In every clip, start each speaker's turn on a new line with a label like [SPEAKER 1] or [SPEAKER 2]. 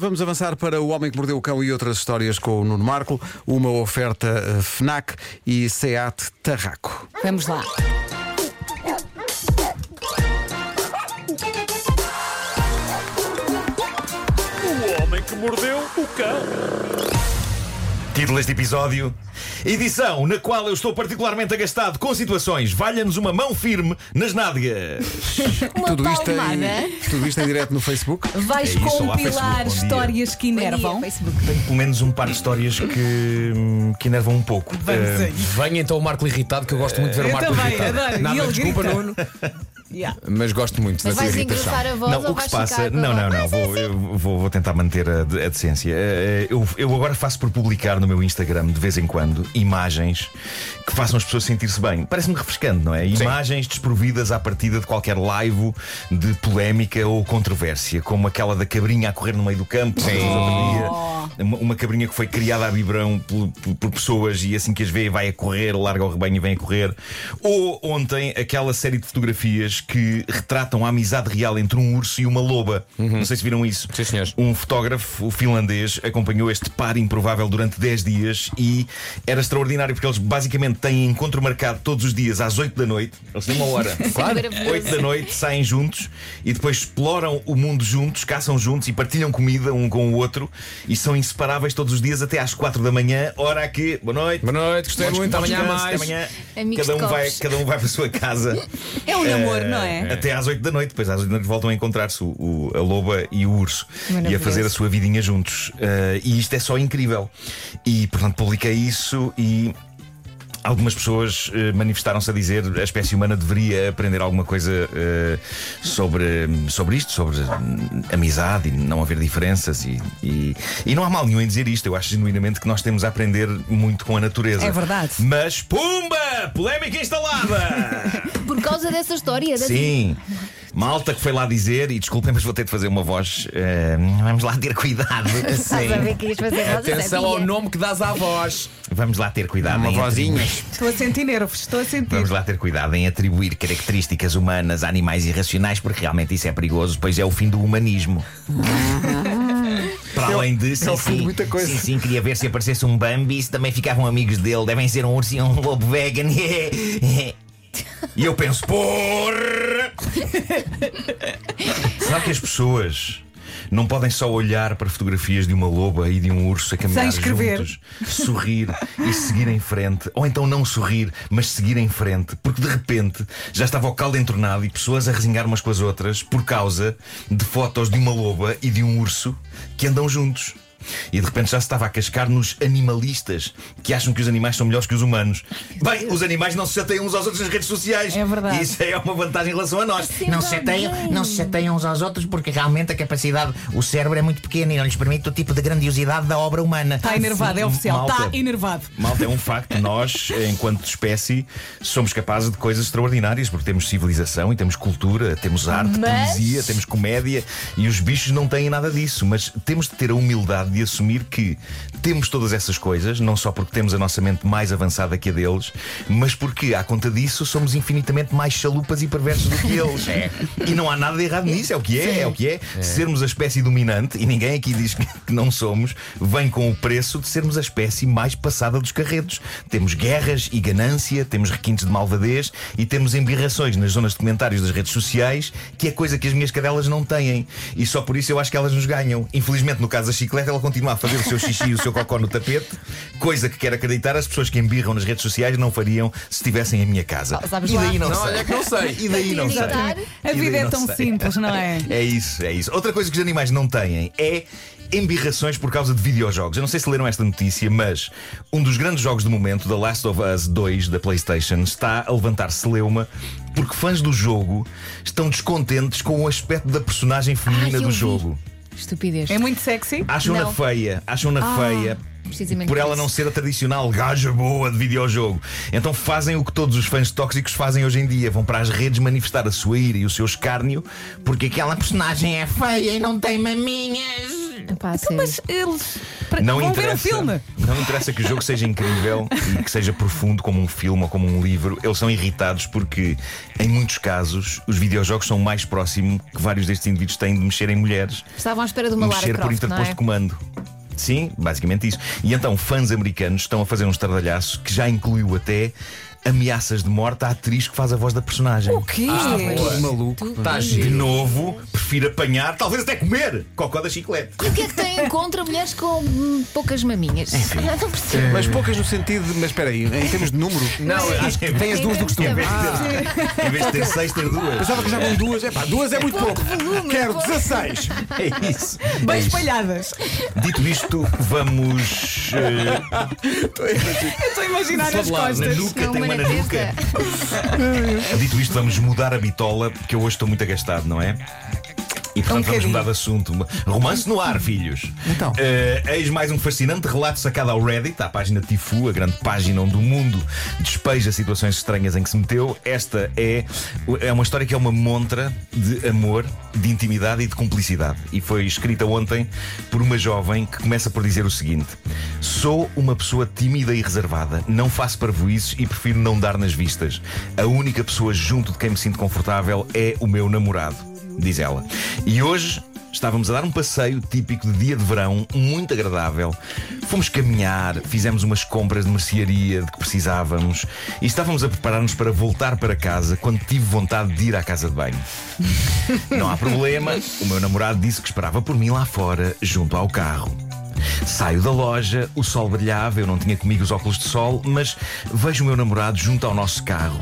[SPEAKER 1] Vamos avançar para O Homem que Mordeu o Cão e outras histórias com o Nuno Marco, uma oferta eh, FNAC e SEAT Tarraco.
[SPEAKER 2] Vamos lá.
[SPEAKER 3] O homem que mordeu o cão.
[SPEAKER 4] Título deste episódio: Edição na qual eu estou particularmente agastado com situações. Valha-nos uma mão firme nas nádegas.
[SPEAKER 2] Uma
[SPEAKER 1] tudo,
[SPEAKER 5] tá
[SPEAKER 1] isto
[SPEAKER 2] palmada.
[SPEAKER 1] em, tudo isto em direto no Facebook.
[SPEAKER 2] Vais
[SPEAKER 4] É isso, olá, Facebook, bom
[SPEAKER 2] compilar
[SPEAKER 4] dia.
[SPEAKER 2] histórias que enervam.
[SPEAKER 4] Tenho pelo menos um par de histórias que, que enervam um pouco. Eh,
[SPEAKER 6] Venha então o Marco irritado, que eu gosto muito de ver o Marco
[SPEAKER 2] também,
[SPEAKER 6] irritado.
[SPEAKER 2] adoro. E
[SPEAKER 6] Nada,
[SPEAKER 2] ele
[SPEAKER 6] desculpa,
[SPEAKER 2] grita.
[SPEAKER 6] Nuno.
[SPEAKER 2] Yeah.
[SPEAKER 6] Mas gosto muito
[SPEAKER 5] Mas
[SPEAKER 6] da tua
[SPEAKER 5] vais
[SPEAKER 6] irritação.
[SPEAKER 5] engrossar a voz
[SPEAKER 4] Não,
[SPEAKER 5] ou
[SPEAKER 4] o que
[SPEAKER 5] vais
[SPEAKER 4] se passa.
[SPEAKER 5] ficar com a
[SPEAKER 4] Não,
[SPEAKER 5] voz?
[SPEAKER 4] não, não.
[SPEAKER 5] Ah, sim,
[SPEAKER 4] Vou, eu vou, vou tentar manter a, de- a decência. Eh, eh, Eu, eu agora faço por publicar no meu Instagram, de vez em quando, imagens que façam as pessoas sentir-se bem. Parece-me refrescante, não é? Imagens desprovidas à partida de qualquer laivo de polémica ou controvérsia, como aquela da cabrinha a correr no meio do campo. que vimos outro dia.
[SPEAKER 5] Oh.
[SPEAKER 4] Uma, uma cabrinha que foi criada a biberão por, por- por pessoas e assim que as vê vai a correr, larga o rebanho e vem a correr. Ou ontem aquela série de fotografias que retratam a amizade real entre um urso e uma loba. Não sei se viram isso.
[SPEAKER 6] Sim, senhores.
[SPEAKER 4] Um fotógrafo finlandês acompanhou este par improvável durante 10 dias e era extraordinário porque eles basicamente têm encontro marcado todos os dias às 8 da noite. Eles têm uma hora.
[SPEAKER 6] Claro.
[SPEAKER 5] maravilhoso.
[SPEAKER 4] 8 da noite saem juntos e depois exploram o mundo juntos, caçam juntos e partilham comida um com o outro e são inseparáveis todos os dias até às 4 da manhã, hora aqui, boa noite.
[SPEAKER 6] Boa noite, gostei
[SPEAKER 4] Bom
[SPEAKER 6] muito,
[SPEAKER 4] descanso,
[SPEAKER 6] amanhã
[SPEAKER 4] até
[SPEAKER 6] mais.
[SPEAKER 4] amanhã.
[SPEAKER 5] Amigos
[SPEAKER 4] Cada um,
[SPEAKER 5] de
[SPEAKER 4] vai,
[SPEAKER 5] copos.
[SPEAKER 4] cada um vai para a sua casa
[SPEAKER 2] É um namoro, não é?
[SPEAKER 4] até às 8 da noite. Depois às 8 da noite voltam a encontrar-se o, o- a loba e o urso e a fazer a sua vidinha juntos. Eh, e isto é só incrível. E portanto publiquei isso e Algumas pessoas eh, manifestaram-se a dizer a espécie humana deveria aprender alguma coisa eh, sobre, sobre isto, sobre hum, amizade e não haver diferenças. E, e, e não há mal nenhum em dizer isto. Eu acho genuinamente que nós temos a aprender muito com a natureza.
[SPEAKER 2] É verdade.
[SPEAKER 4] Mas, pumba! Polémica instalada!
[SPEAKER 5] Por causa dessa história. dessa-
[SPEAKER 4] Sim. Malta que foi lá dizer, e desculpem, mas vou ter de fazer uma voz. eh, vamos lá ter cuidado.
[SPEAKER 5] Estás a ver que ias fazer voz, eu
[SPEAKER 6] Atenção
[SPEAKER 5] sabia.
[SPEAKER 6] ao nome que dás à voz.
[SPEAKER 4] Vamos lá ter cuidado.
[SPEAKER 1] Uma
[SPEAKER 4] em
[SPEAKER 1] vozinha.
[SPEAKER 2] Estou a sentir nervos, estou a sentir.
[SPEAKER 4] Vamos lá ter cuidado em atribuir características humanas a animais irracionais, porque realmente isso é perigoso, pois é o fim do humanismo. Para além de. Sim,
[SPEAKER 1] É o fim de
[SPEAKER 4] sim,
[SPEAKER 1] muita coisa.
[SPEAKER 4] sim, sim, queria ver se aparecesse um Bambi, se também ficavam amigos dele. Devem ser um urso e um lobo vegan. E eu penso, porra! Será que as pessoas. Não podem só olhar para fotografias de uma loba e de um urso a caminhar
[SPEAKER 2] Sem escrever.
[SPEAKER 4] juntos, sorrir e seguir em frente, ou então não sorrir, mas seguir em frente, porque de repente já estava o caldo entornado e pessoas a resingar umas com as outras por causa de fotos de uma loba e de um urso que andam juntos. E de repente já se estava a cascar nos animalistas que acham que os animais são melhores que os humanos. Bem, os animais não se chateiam uns aos outros nas redes sociais.
[SPEAKER 2] É verdade. Assim
[SPEAKER 4] E isso é uma vantagem em relação a nós.
[SPEAKER 5] Sim,
[SPEAKER 7] Não
[SPEAKER 5] tá
[SPEAKER 7] se, chateiam,
[SPEAKER 5] bem.
[SPEAKER 7] não se chateiam uns aos outros porque realmente a capacidade, o cérebro é muito pequeno e não lhes permite o tipo de grandiosidade da obra humana.
[SPEAKER 2] Está enervado, é oficial.
[SPEAKER 4] malta.
[SPEAKER 2] Está enervado.
[SPEAKER 4] Malta, é um facto. Nós, enquanto espécie, somos capazes de coisas extraordinárias, porque temos civilização e temos cultura, temos arte,
[SPEAKER 5] Mas-
[SPEAKER 4] poesia, temos comédia e os bichos não têm nada disso. Mas temos de ter a humildade de assumir que temos todas essas coisas, não só porque temos a nossa mente mais avançada que a deles, mas porque, à conta disso, somos infinitamente mais chalupas e perversos do que eles. E não há nada de errado nisso, é o que é, é o que é. Sermos a espécie dominante, e ninguém aqui diz que que não somos, vem com o preço de sermos a espécie mais passada dos carretos. Temos guerras e ganância, temos requintes de malvadez e temos embirrações nas zonas de comentários das redes sociais, que é coisa que as minhas cadelas não têm. E só por isso eu acho que elas nos ganham. Infelizmente, no caso da chicleta, ela continua a fazer o seu xixi e o seu cocó no tapete, coisa que quero acreditar as pessoas que embirram nas redes sociais não fariam se estivessem em minha casa.
[SPEAKER 2] Oh, sabes
[SPEAKER 4] e
[SPEAKER 2] lá.
[SPEAKER 4] daí não,
[SPEAKER 6] Não,
[SPEAKER 4] sei.
[SPEAKER 2] é
[SPEAKER 6] olha que não sei.
[SPEAKER 4] E daí não sei.
[SPEAKER 5] Acreditar?
[SPEAKER 2] A
[SPEAKER 4] E
[SPEAKER 2] vida
[SPEAKER 4] daí
[SPEAKER 2] é
[SPEAKER 4] não
[SPEAKER 2] tão
[SPEAKER 4] sei.
[SPEAKER 2] simples, não é?
[SPEAKER 4] É isso, é isso. Outra coisa que os animais não têm é embirrações por causa de videojogos. Eu não sei se leram esta notícia, mas um dos grandes jogos do momento, The Last of Us 2 da PlayStation, está a levantar celeuma porque fãs do jogo estão descontentes com o aspecto da personagem feminina
[SPEAKER 5] Ai, eu
[SPEAKER 4] do
[SPEAKER 5] vi.
[SPEAKER 4] jogo.
[SPEAKER 5] Estupidez.
[SPEAKER 2] É muito sexy.
[SPEAKER 4] Acham-na
[SPEAKER 5] Não. Ah,
[SPEAKER 4] feia, acham-na feia.
[SPEAKER 5] precisamente
[SPEAKER 4] Por
[SPEAKER 5] por
[SPEAKER 4] ela
[SPEAKER 5] isso.
[SPEAKER 4] não ser a tradicional gaja boa de videojogo. Então fazem o que todos os fãs tóxicos fazem hoje em dia. Vão para as redes manifestar a sua ira e o seu escárnio, porque aquela
[SPEAKER 7] Aquela personagem é feia e não tem maminhas.
[SPEAKER 5] Pá,
[SPEAKER 2] Então,
[SPEAKER 5] sério.
[SPEAKER 2] mas eles pra-
[SPEAKER 4] Não
[SPEAKER 2] vão ver o
[SPEAKER 4] interessa,
[SPEAKER 2] filme.
[SPEAKER 4] Não interessa que o jogo seja incrível e que seja profundo como um filme ou como um livro. Eles são irritados porque, em muitos casos, os videojogos são o mais próximo que vários destes indivíduos têm de mexer em mulheres.
[SPEAKER 5] Estavam à espera de uma Lara
[SPEAKER 4] mexer por
[SPEAKER 5] Croft, não
[SPEAKER 4] interposto
[SPEAKER 5] é?
[SPEAKER 4] comando. Sim, basicamente isso. E então, fãs americanos estão a fazer um estardalhaço que já incluiu até ameaças de morte à atriz que faz a voz da personagem.
[SPEAKER 2] O quê? É
[SPEAKER 1] Maluco.
[SPEAKER 6] Está
[SPEAKER 4] De
[SPEAKER 6] giro.
[SPEAKER 4] novo, prefiro apanhar, talvez até comer, cocó da chiclete.
[SPEAKER 5] O que é que têm contra mulheres com hum, poucas maminhas? Não percebo.
[SPEAKER 1] Mas poucas no sentido de. Mas espera aí, em termos de número.
[SPEAKER 6] Não, acho que tem as
[SPEAKER 5] É
[SPEAKER 6] duas do costume.
[SPEAKER 4] Em vez de ter, em vez de ter seis, ter duas.
[SPEAKER 1] Pensava que já com duas. É pá, duas é muito pouco.
[SPEAKER 5] volume,
[SPEAKER 1] Quero
[SPEAKER 5] pouco.
[SPEAKER 1] 16.
[SPEAKER 4] É isso.
[SPEAKER 2] Bem
[SPEAKER 4] É isso.
[SPEAKER 2] espalhadas.
[SPEAKER 4] Dito isto, vamos. eh,
[SPEAKER 2] Eu estou a imaginar as
[SPEAKER 6] Falar na
[SPEAKER 2] costas.
[SPEAKER 4] nuca,
[SPEAKER 5] Não,
[SPEAKER 4] tem
[SPEAKER 5] uma
[SPEAKER 4] uma
[SPEAKER 5] na
[SPEAKER 4] na nuca. dito isto, vamos mudar a bitola, porque eu hoje estou muito agastado, não é? E portanto vamos
[SPEAKER 2] bocadinho.
[SPEAKER 4] mudar de assunto. Romance no ar, filhos.
[SPEAKER 1] Então.
[SPEAKER 4] Eh, eis mais um fascinante relato sacado ao Reddit, à página Tifu, a grande página onde o mundo despeja situações estranhas em que se meteu. Esta é, é uma história que é uma montra de amor, de intimidade e de cumplicidade. E foi escrita ontem por uma jovem que começa por dizer o seguinte: Sou uma pessoa tímida e reservada, não faço parvoíces e prefiro não dar nas vistas. A única pessoa junto de quem me sinto confortável é o meu namorado, diz ela. E hoje Estávamos a dar um passeio típico de dia de verão, muito agradável. Fomos caminhar, fizemos umas compras de mercearia de que precisávamos e estávamos a preparar-nos para voltar para casa quando tive vontade de ir à casa de banho. Não há problema, o meu namorado disse que esperava por mim lá fora, junto ao carro. Saio da loja, o sol brilhava, eu não tinha comigo os óculos de sol, mas vejo o meu namorado junto ao nosso carro.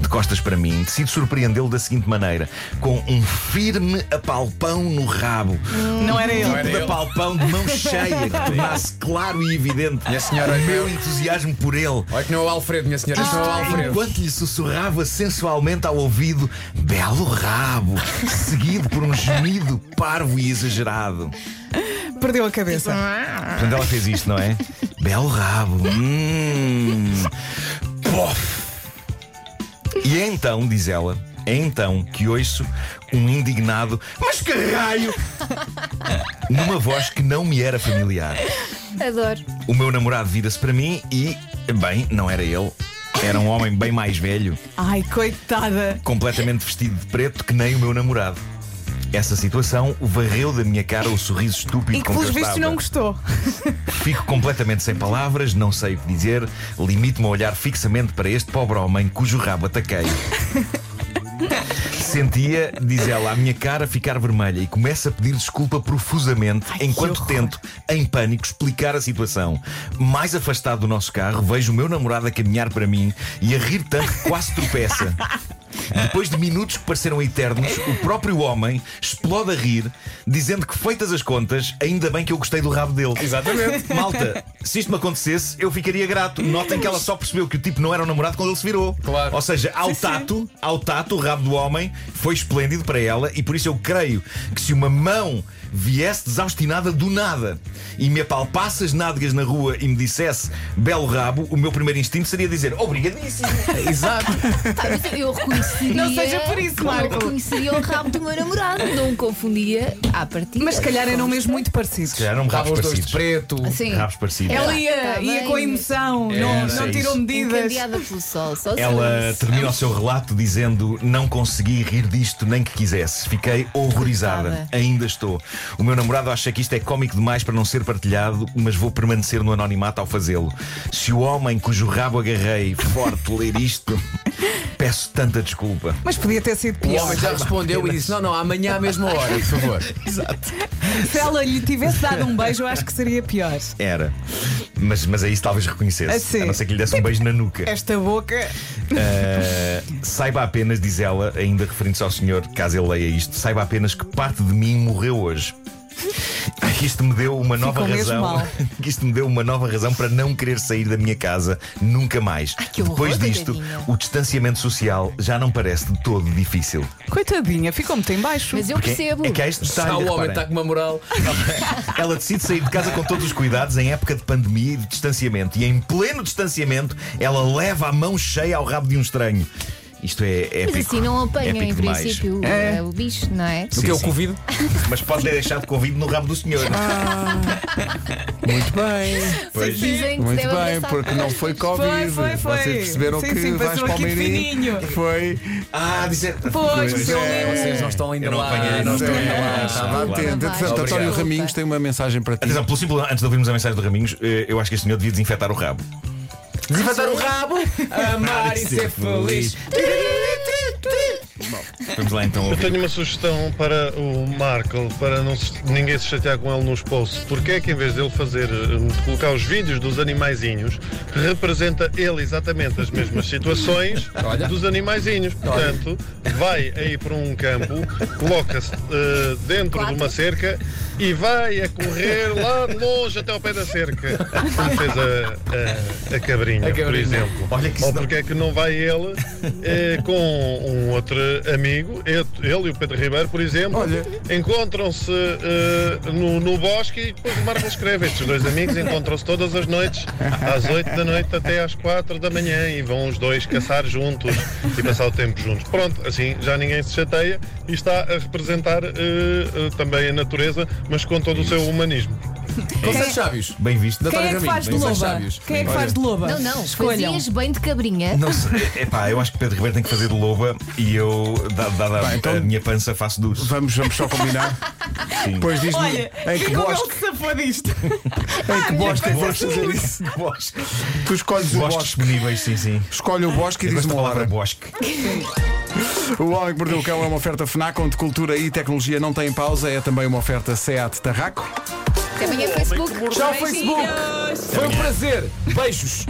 [SPEAKER 4] De costas para mim, decido surpreendê-lo da seguinte maneira: com um firme apalpão no rabo.
[SPEAKER 2] Não era
[SPEAKER 4] Tipo
[SPEAKER 2] ele.
[SPEAKER 6] era
[SPEAKER 4] de
[SPEAKER 6] eu.
[SPEAKER 4] apalpão de mão cheia, que tornasse claro e evidente
[SPEAKER 6] E a senhora
[SPEAKER 4] o
[SPEAKER 6] olhou.
[SPEAKER 4] meu entusiasmo por ele.
[SPEAKER 6] Olha que não é o Alfredo, minha senhora. Isto não é
[SPEAKER 5] Ah,
[SPEAKER 6] o Alfredo.
[SPEAKER 4] Enquanto lhe sussurrava sensualmente ao ouvido Belo rabo Seguido por um gemido parvo e exagerado
[SPEAKER 2] Perdeu a cabeça.
[SPEAKER 4] Portanto ela fez isto, não é? Belo rabo hum. Pof. E é então, diz ela É então que ouço um indignado Mas que raio Numa voz que não me era familiar
[SPEAKER 5] Adoro.
[SPEAKER 4] O meu namorado vira-se para mim e Bem, não era ele Era um homem bem mais velho
[SPEAKER 2] Ai, coitada.
[SPEAKER 4] completamente vestido de preto que nem o meu namorado. Essa situação varreu da minha cara o sorriso estúpido
[SPEAKER 2] E que
[SPEAKER 4] com
[SPEAKER 2] pelos
[SPEAKER 4] eu
[SPEAKER 2] vistos
[SPEAKER 4] estava.
[SPEAKER 2] não gostou.
[SPEAKER 4] Fico completamente sem palavras, não sei o que dizer, limito-me a olhar fixamente para este pobre homem cujo rabo ataquei. Sentia, diz ela, a minha cara ficar vermelha e começa a pedir desculpa profusamente enquanto tento, em pânico, explicar a situação. Mais afastado do nosso carro, vejo o meu namorado a caminhar para mim e a rir tanto que quase tropeça. Depois de minutos que pareceram eternos, o próprio homem explode a rir, dizendo que, feitas as contas, ainda bem que eu gostei do rabo dele. Exatamente. Malta, se isto me acontecesse, eu ficaria grato. Notem que ela só percebeu que o tipo não era um namorado quando ele se virou.
[SPEAKER 6] Claro.
[SPEAKER 4] Ou seja, ao tato, ao tato, o rabo do homem foi esplêndido para ela e por isso eu creio que se uma mão viesse desaustinada do nada e me apalpasse as nádegas na rua e me dissesse belo rabo, o meu primeiro instinto seria dizer obrigadíssimo.
[SPEAKER 6] Exato.
[SPEAKER 5] Pá, mas eu reconheceria.
[SPEAKER 2] Não seja por isso, Marco.
[SPEAKER 5] Eu reconheceria o rabo do meu namorado. Não o confundia à partida.
[SPEAKER 2] Mas se calhar eram mesmo muito parecidos.
[SPEAKER 4] Já eram
[SPEAKER 6] Estavam
[SPEAKER 4] rabos
[SPEAKER 6] os dois
[SPEAKER 4] parecidos.
[SPEAKER 6] de preto.
[SPEAKER 5] Sim.
[SPEAKER 4] Rabos parecidos.
[SPEAKER 2] Ela
[SPEAKER 5] Tá
[SPEAKER 2] ia, ia
[SPEAKER 5] bem.
[SPEAKER 2] com emoção, não,
[SPEAKER 6] Era
[SPEAKER 2] não
[SPEAKER 4] É, isso.
[SPEAKER 2] tirou medidas.
[SPEAKER 5] Encandeada pelo sol. Só se
[SPEAKER 4] Ela
[SPEAKER 5] fosse.
[SPEAKER 4] termina o seu relato dizendo: Não consegui rir disto nem que quisesse. Fiquei horrorizada.
[SPEAKER 5] Coitada.
[SPEAKER 4] Ainda estou. O meu namorado acha que isto é cómico demais para não ser partilhado, mas vou permanecer no anonimato ao fazê-lo. Se o homem cujo rabo agarrei forte ler isto, peço tanta desculpa.
[SPEAKER 2] Mas podia ter sido
[SPEAKER 6] O
[SPEAKER 2] pior.
[SPEAKER 6] homem já respondeu e disse: Não, não, amanhã à mesma hora, por favor.
[SPEAKER 2] Se ela lhe tivesse dado um beijo, eu acho que seria pior.
[SPEAKER 4] Era. Mas, mas aí talvez reconhecesse.
[SPEAKER 2] Ah, sim. É
[SPEAKER 4] A não ser que lhe desse um beijo na nuca.
[SPEAKER 2] Esta boca.
[SPEAKER 4] Uh, saiba apenas, diz ela, ainda referindo-se ao senhor, caso ele leia isto, saiba apenas que parte de mim morreu hoje. Que Isto me deu uma nova
[SPEAKER 2] mesmo
[SPEAKER 4] razão.
[SPEAKER 2] mal.
[SPEAKER 4] que Isto me deu uma nova razão para não querer sair da minha casa nunca mais.
[SPEAKER 5] que horror,
[SPEAKER 4] Depois disto,
[SPEAKER 5] coitadinha.
[SPEAKER 4] o distanciamento social já não parece de todo difícil.
[SPEAKER 2] Coitadinha, ficou muito em baixo.
[SPEAKER 5] Mas eu
[SPEAKER 4] Porque
[SPEAKER 5] percebo.
[SPEAKER 4] É que há este detalhe,
[SPEAKER 6] Está o homem,
[SPEAKER 4] reparem.
[SPEAKER 6] está com uma moral.
[SPEAKER 4] Ela decide sair de casa com todos os cuidados em época de pandemia e de distanciamento. E em pleno distanciamento, ela leva a mão cheia ao rabo de um estranho. Isto é épico.
[SPEAKER 5] Mas assim não apanha, em
[SPEAKER 4] Épico demais.
[SPEAKER 5] princípio,
[SPEAKER 1] É.
[SPEAKER 5] eh, o bicho, não é?
[SPEAKER 6] Do
[SPEAKER 4] Sim,
[SPEAKER 6] que é o
[SPEAKER 4] sim.
[SPEAKER 6] Covid?
[SPEAKER 4] Mas pode ter deixado convite no rabo do senhor.
[SPEAKER 5] Ah.
[SPEAKER 1] Muito bem.
[SPEAKER 4] Pois.
[SPEAKER 5] Dizem que se
[SPEAKER 1] Muito
[SPEAKER 5] deve
[SPEAKER 1] bem,
[SPEAKER 5] abraçar.
[SPEAKER 1] porque não foi Covid.
[SPEAKER 2] foi, foi.
[SPEAKER 1] Vocês perceberam
[SPEAKER 2] Sim,
[SPEAKER 1] que
[SPEAKER 2] sim,
[SPEAKER 1] vais
[SPEAKER 2] passou
[SPEAKER 1] para o
[SPEAKER 2] aqui
[SPEAKER 1] Meirinho.
[SPEAKER 2] fininho.
[SPEAKER 1] Foi.
[SPEAKER 4] Ah, dizer.
[SPEAKER 2] Pois, um-
[SPEAKER 4] Pois
[SPEAKER 2] eu
[SPEAKER 4] é.
[SPEAKER 2] lembro.
[SPEAKER 6] Vocês não estão ainda
[SPEAKER 4] Eu não
[SPEAKER 6] lá.
[SPEAKER 4] apanhei,
[SPEAKER 6] não
[SPEAKER 4] não
[SPEAKER 6] estão
[SPEAKER 4] sei.
[SPEAKER 6] ainda lá.
[SPEAKER 4] Ah,
[SPEAKER 6] Tá
[SPEAKER 1] Está
[SPEAKER 6] bem.
[SPEAKER 5] vai.
[SPEAKER 1] atento. Entretanto,
[SPEAKER 5] Obrigado.
[SPEAKER 1] António Raminhos tem uma mensagem para ti.
[SPEAKER 4] Atenção, pelo simples, antes de ouvirmos a mensagem do Raminhos, eh, eu acho que este senhor devia desinfetar o rabo.
[SPEAKER 6] Desinfetar o rabo, amar e ser feliz.
[SPEAKER 4] Vamos lá então
[SPEAKER 8] Eu
[SPEAKER 4] ouvir.
[SPEAKER 8] tenho uma sugestão para o Marco, para não se- ninguém se chatear com ele nos posts. Porque é que em vez dele fazer, hum, de colocar os vídeos dos animaizinhos, representa ele exatamente as mesmas situações
[SPEAKER 6] Olha.
[SPEAKER 8] dos animaizinhos. Portanto, vai aí para um campo, coloca-se eh, dentro
[SPEAKER 5] Quatro.
[SPEAKER 8] de uma cerca e vai a correr lá de longe até ao pé da cerca, como fez a, a- a cabrinha,
[SPEAKER 6] A
[SPEAKER 8] por
[SPEAKER 6] cabrinha.
[SPEAKER 8] exemplo.
[SPEAKER 4] Olha que
[SPEAKER 8] Ou
[SPEAKER 4] isso não-
[SPEAKER 8] porque é que não vai ele eh, com um outro amigo, ele ele e o Pedro Ribeiro, por exemplo,
[SPEAKER 1] Olha.
[SPEAKER 8] encontram-se eh, no, no bosque e depois o Marco escreve. Estes dois amigos encontram-se todas as noites, às 8 da noite até às 4 da manhã, e vão os dois caçar juntos e passar o tempo juntos. Pronto, assim já ninguém se chateia e está a representar eh, eh, também a natureza, mas com todo o seu humanismo.
[SPEAKER 6] Conselhos sábios.
[SPEAKER 4] Bem visto.
[SPEAKER 2] Quem é que faz de
[SPEAKER 6] Vocês
[SPEAKER 2] loba?
[SPEAKER 6] sábios.
[SPEAKER 2] Quem é que faz de loba?
[SPEAKER 5] Não, não,
[SPEAKER 2] Escolham.
[SPEAKER 5] fazias bem de cabrinha.
[SPEAKER 4] Não sei, epá, eu acho que Pedro Ribeiro tem que fazer de loba e eu, da- dada a-
[SPEAKER 1] então-
[SPEAKER 4] a minha pança, faço dos.
[SPEAKER 1] Vamos, vamos só combinar. Depois diz-me
[SPEAKER 2] Olha,
[SPEAKER 1] em que
[SPEAKER 2] e como ele
[SPEAKER 1] bosque,
[SPEAKER 2] se safou disto?
[SPEAKER 1] em que bosque vou fazer é isso.
[SPEAKER 4] Bosques.
[SPEAKER 1] Tu escolhes o
[SPEAKER 4] Bosques
[SPEAKER 1] bosque.
[SPEAKER 4] disponíveis, sim, sim.
[SPEAKER 1] Escolhe o bosque e
[SPEAKER 4] Eu gosto
[SPEAKER 1] diz-me
[SPEAKER 4] da
[SPEAKER 1] uma
[SPEAKER 4] palavra
[SPEAKER 1] hora.
[SPEAKER 4] bosque.
[SPEAKER 1] O Homem que Mordeu o Cão é uma oferta FNAC, onde cultura e tecnologia não têm pausa. É também uma oferta SEAT Tarraco.
[SPEAKER 5] Também é Facebook.
[SPEAKER 6] Tchau, Facebook. Foi um prazer. Beijos.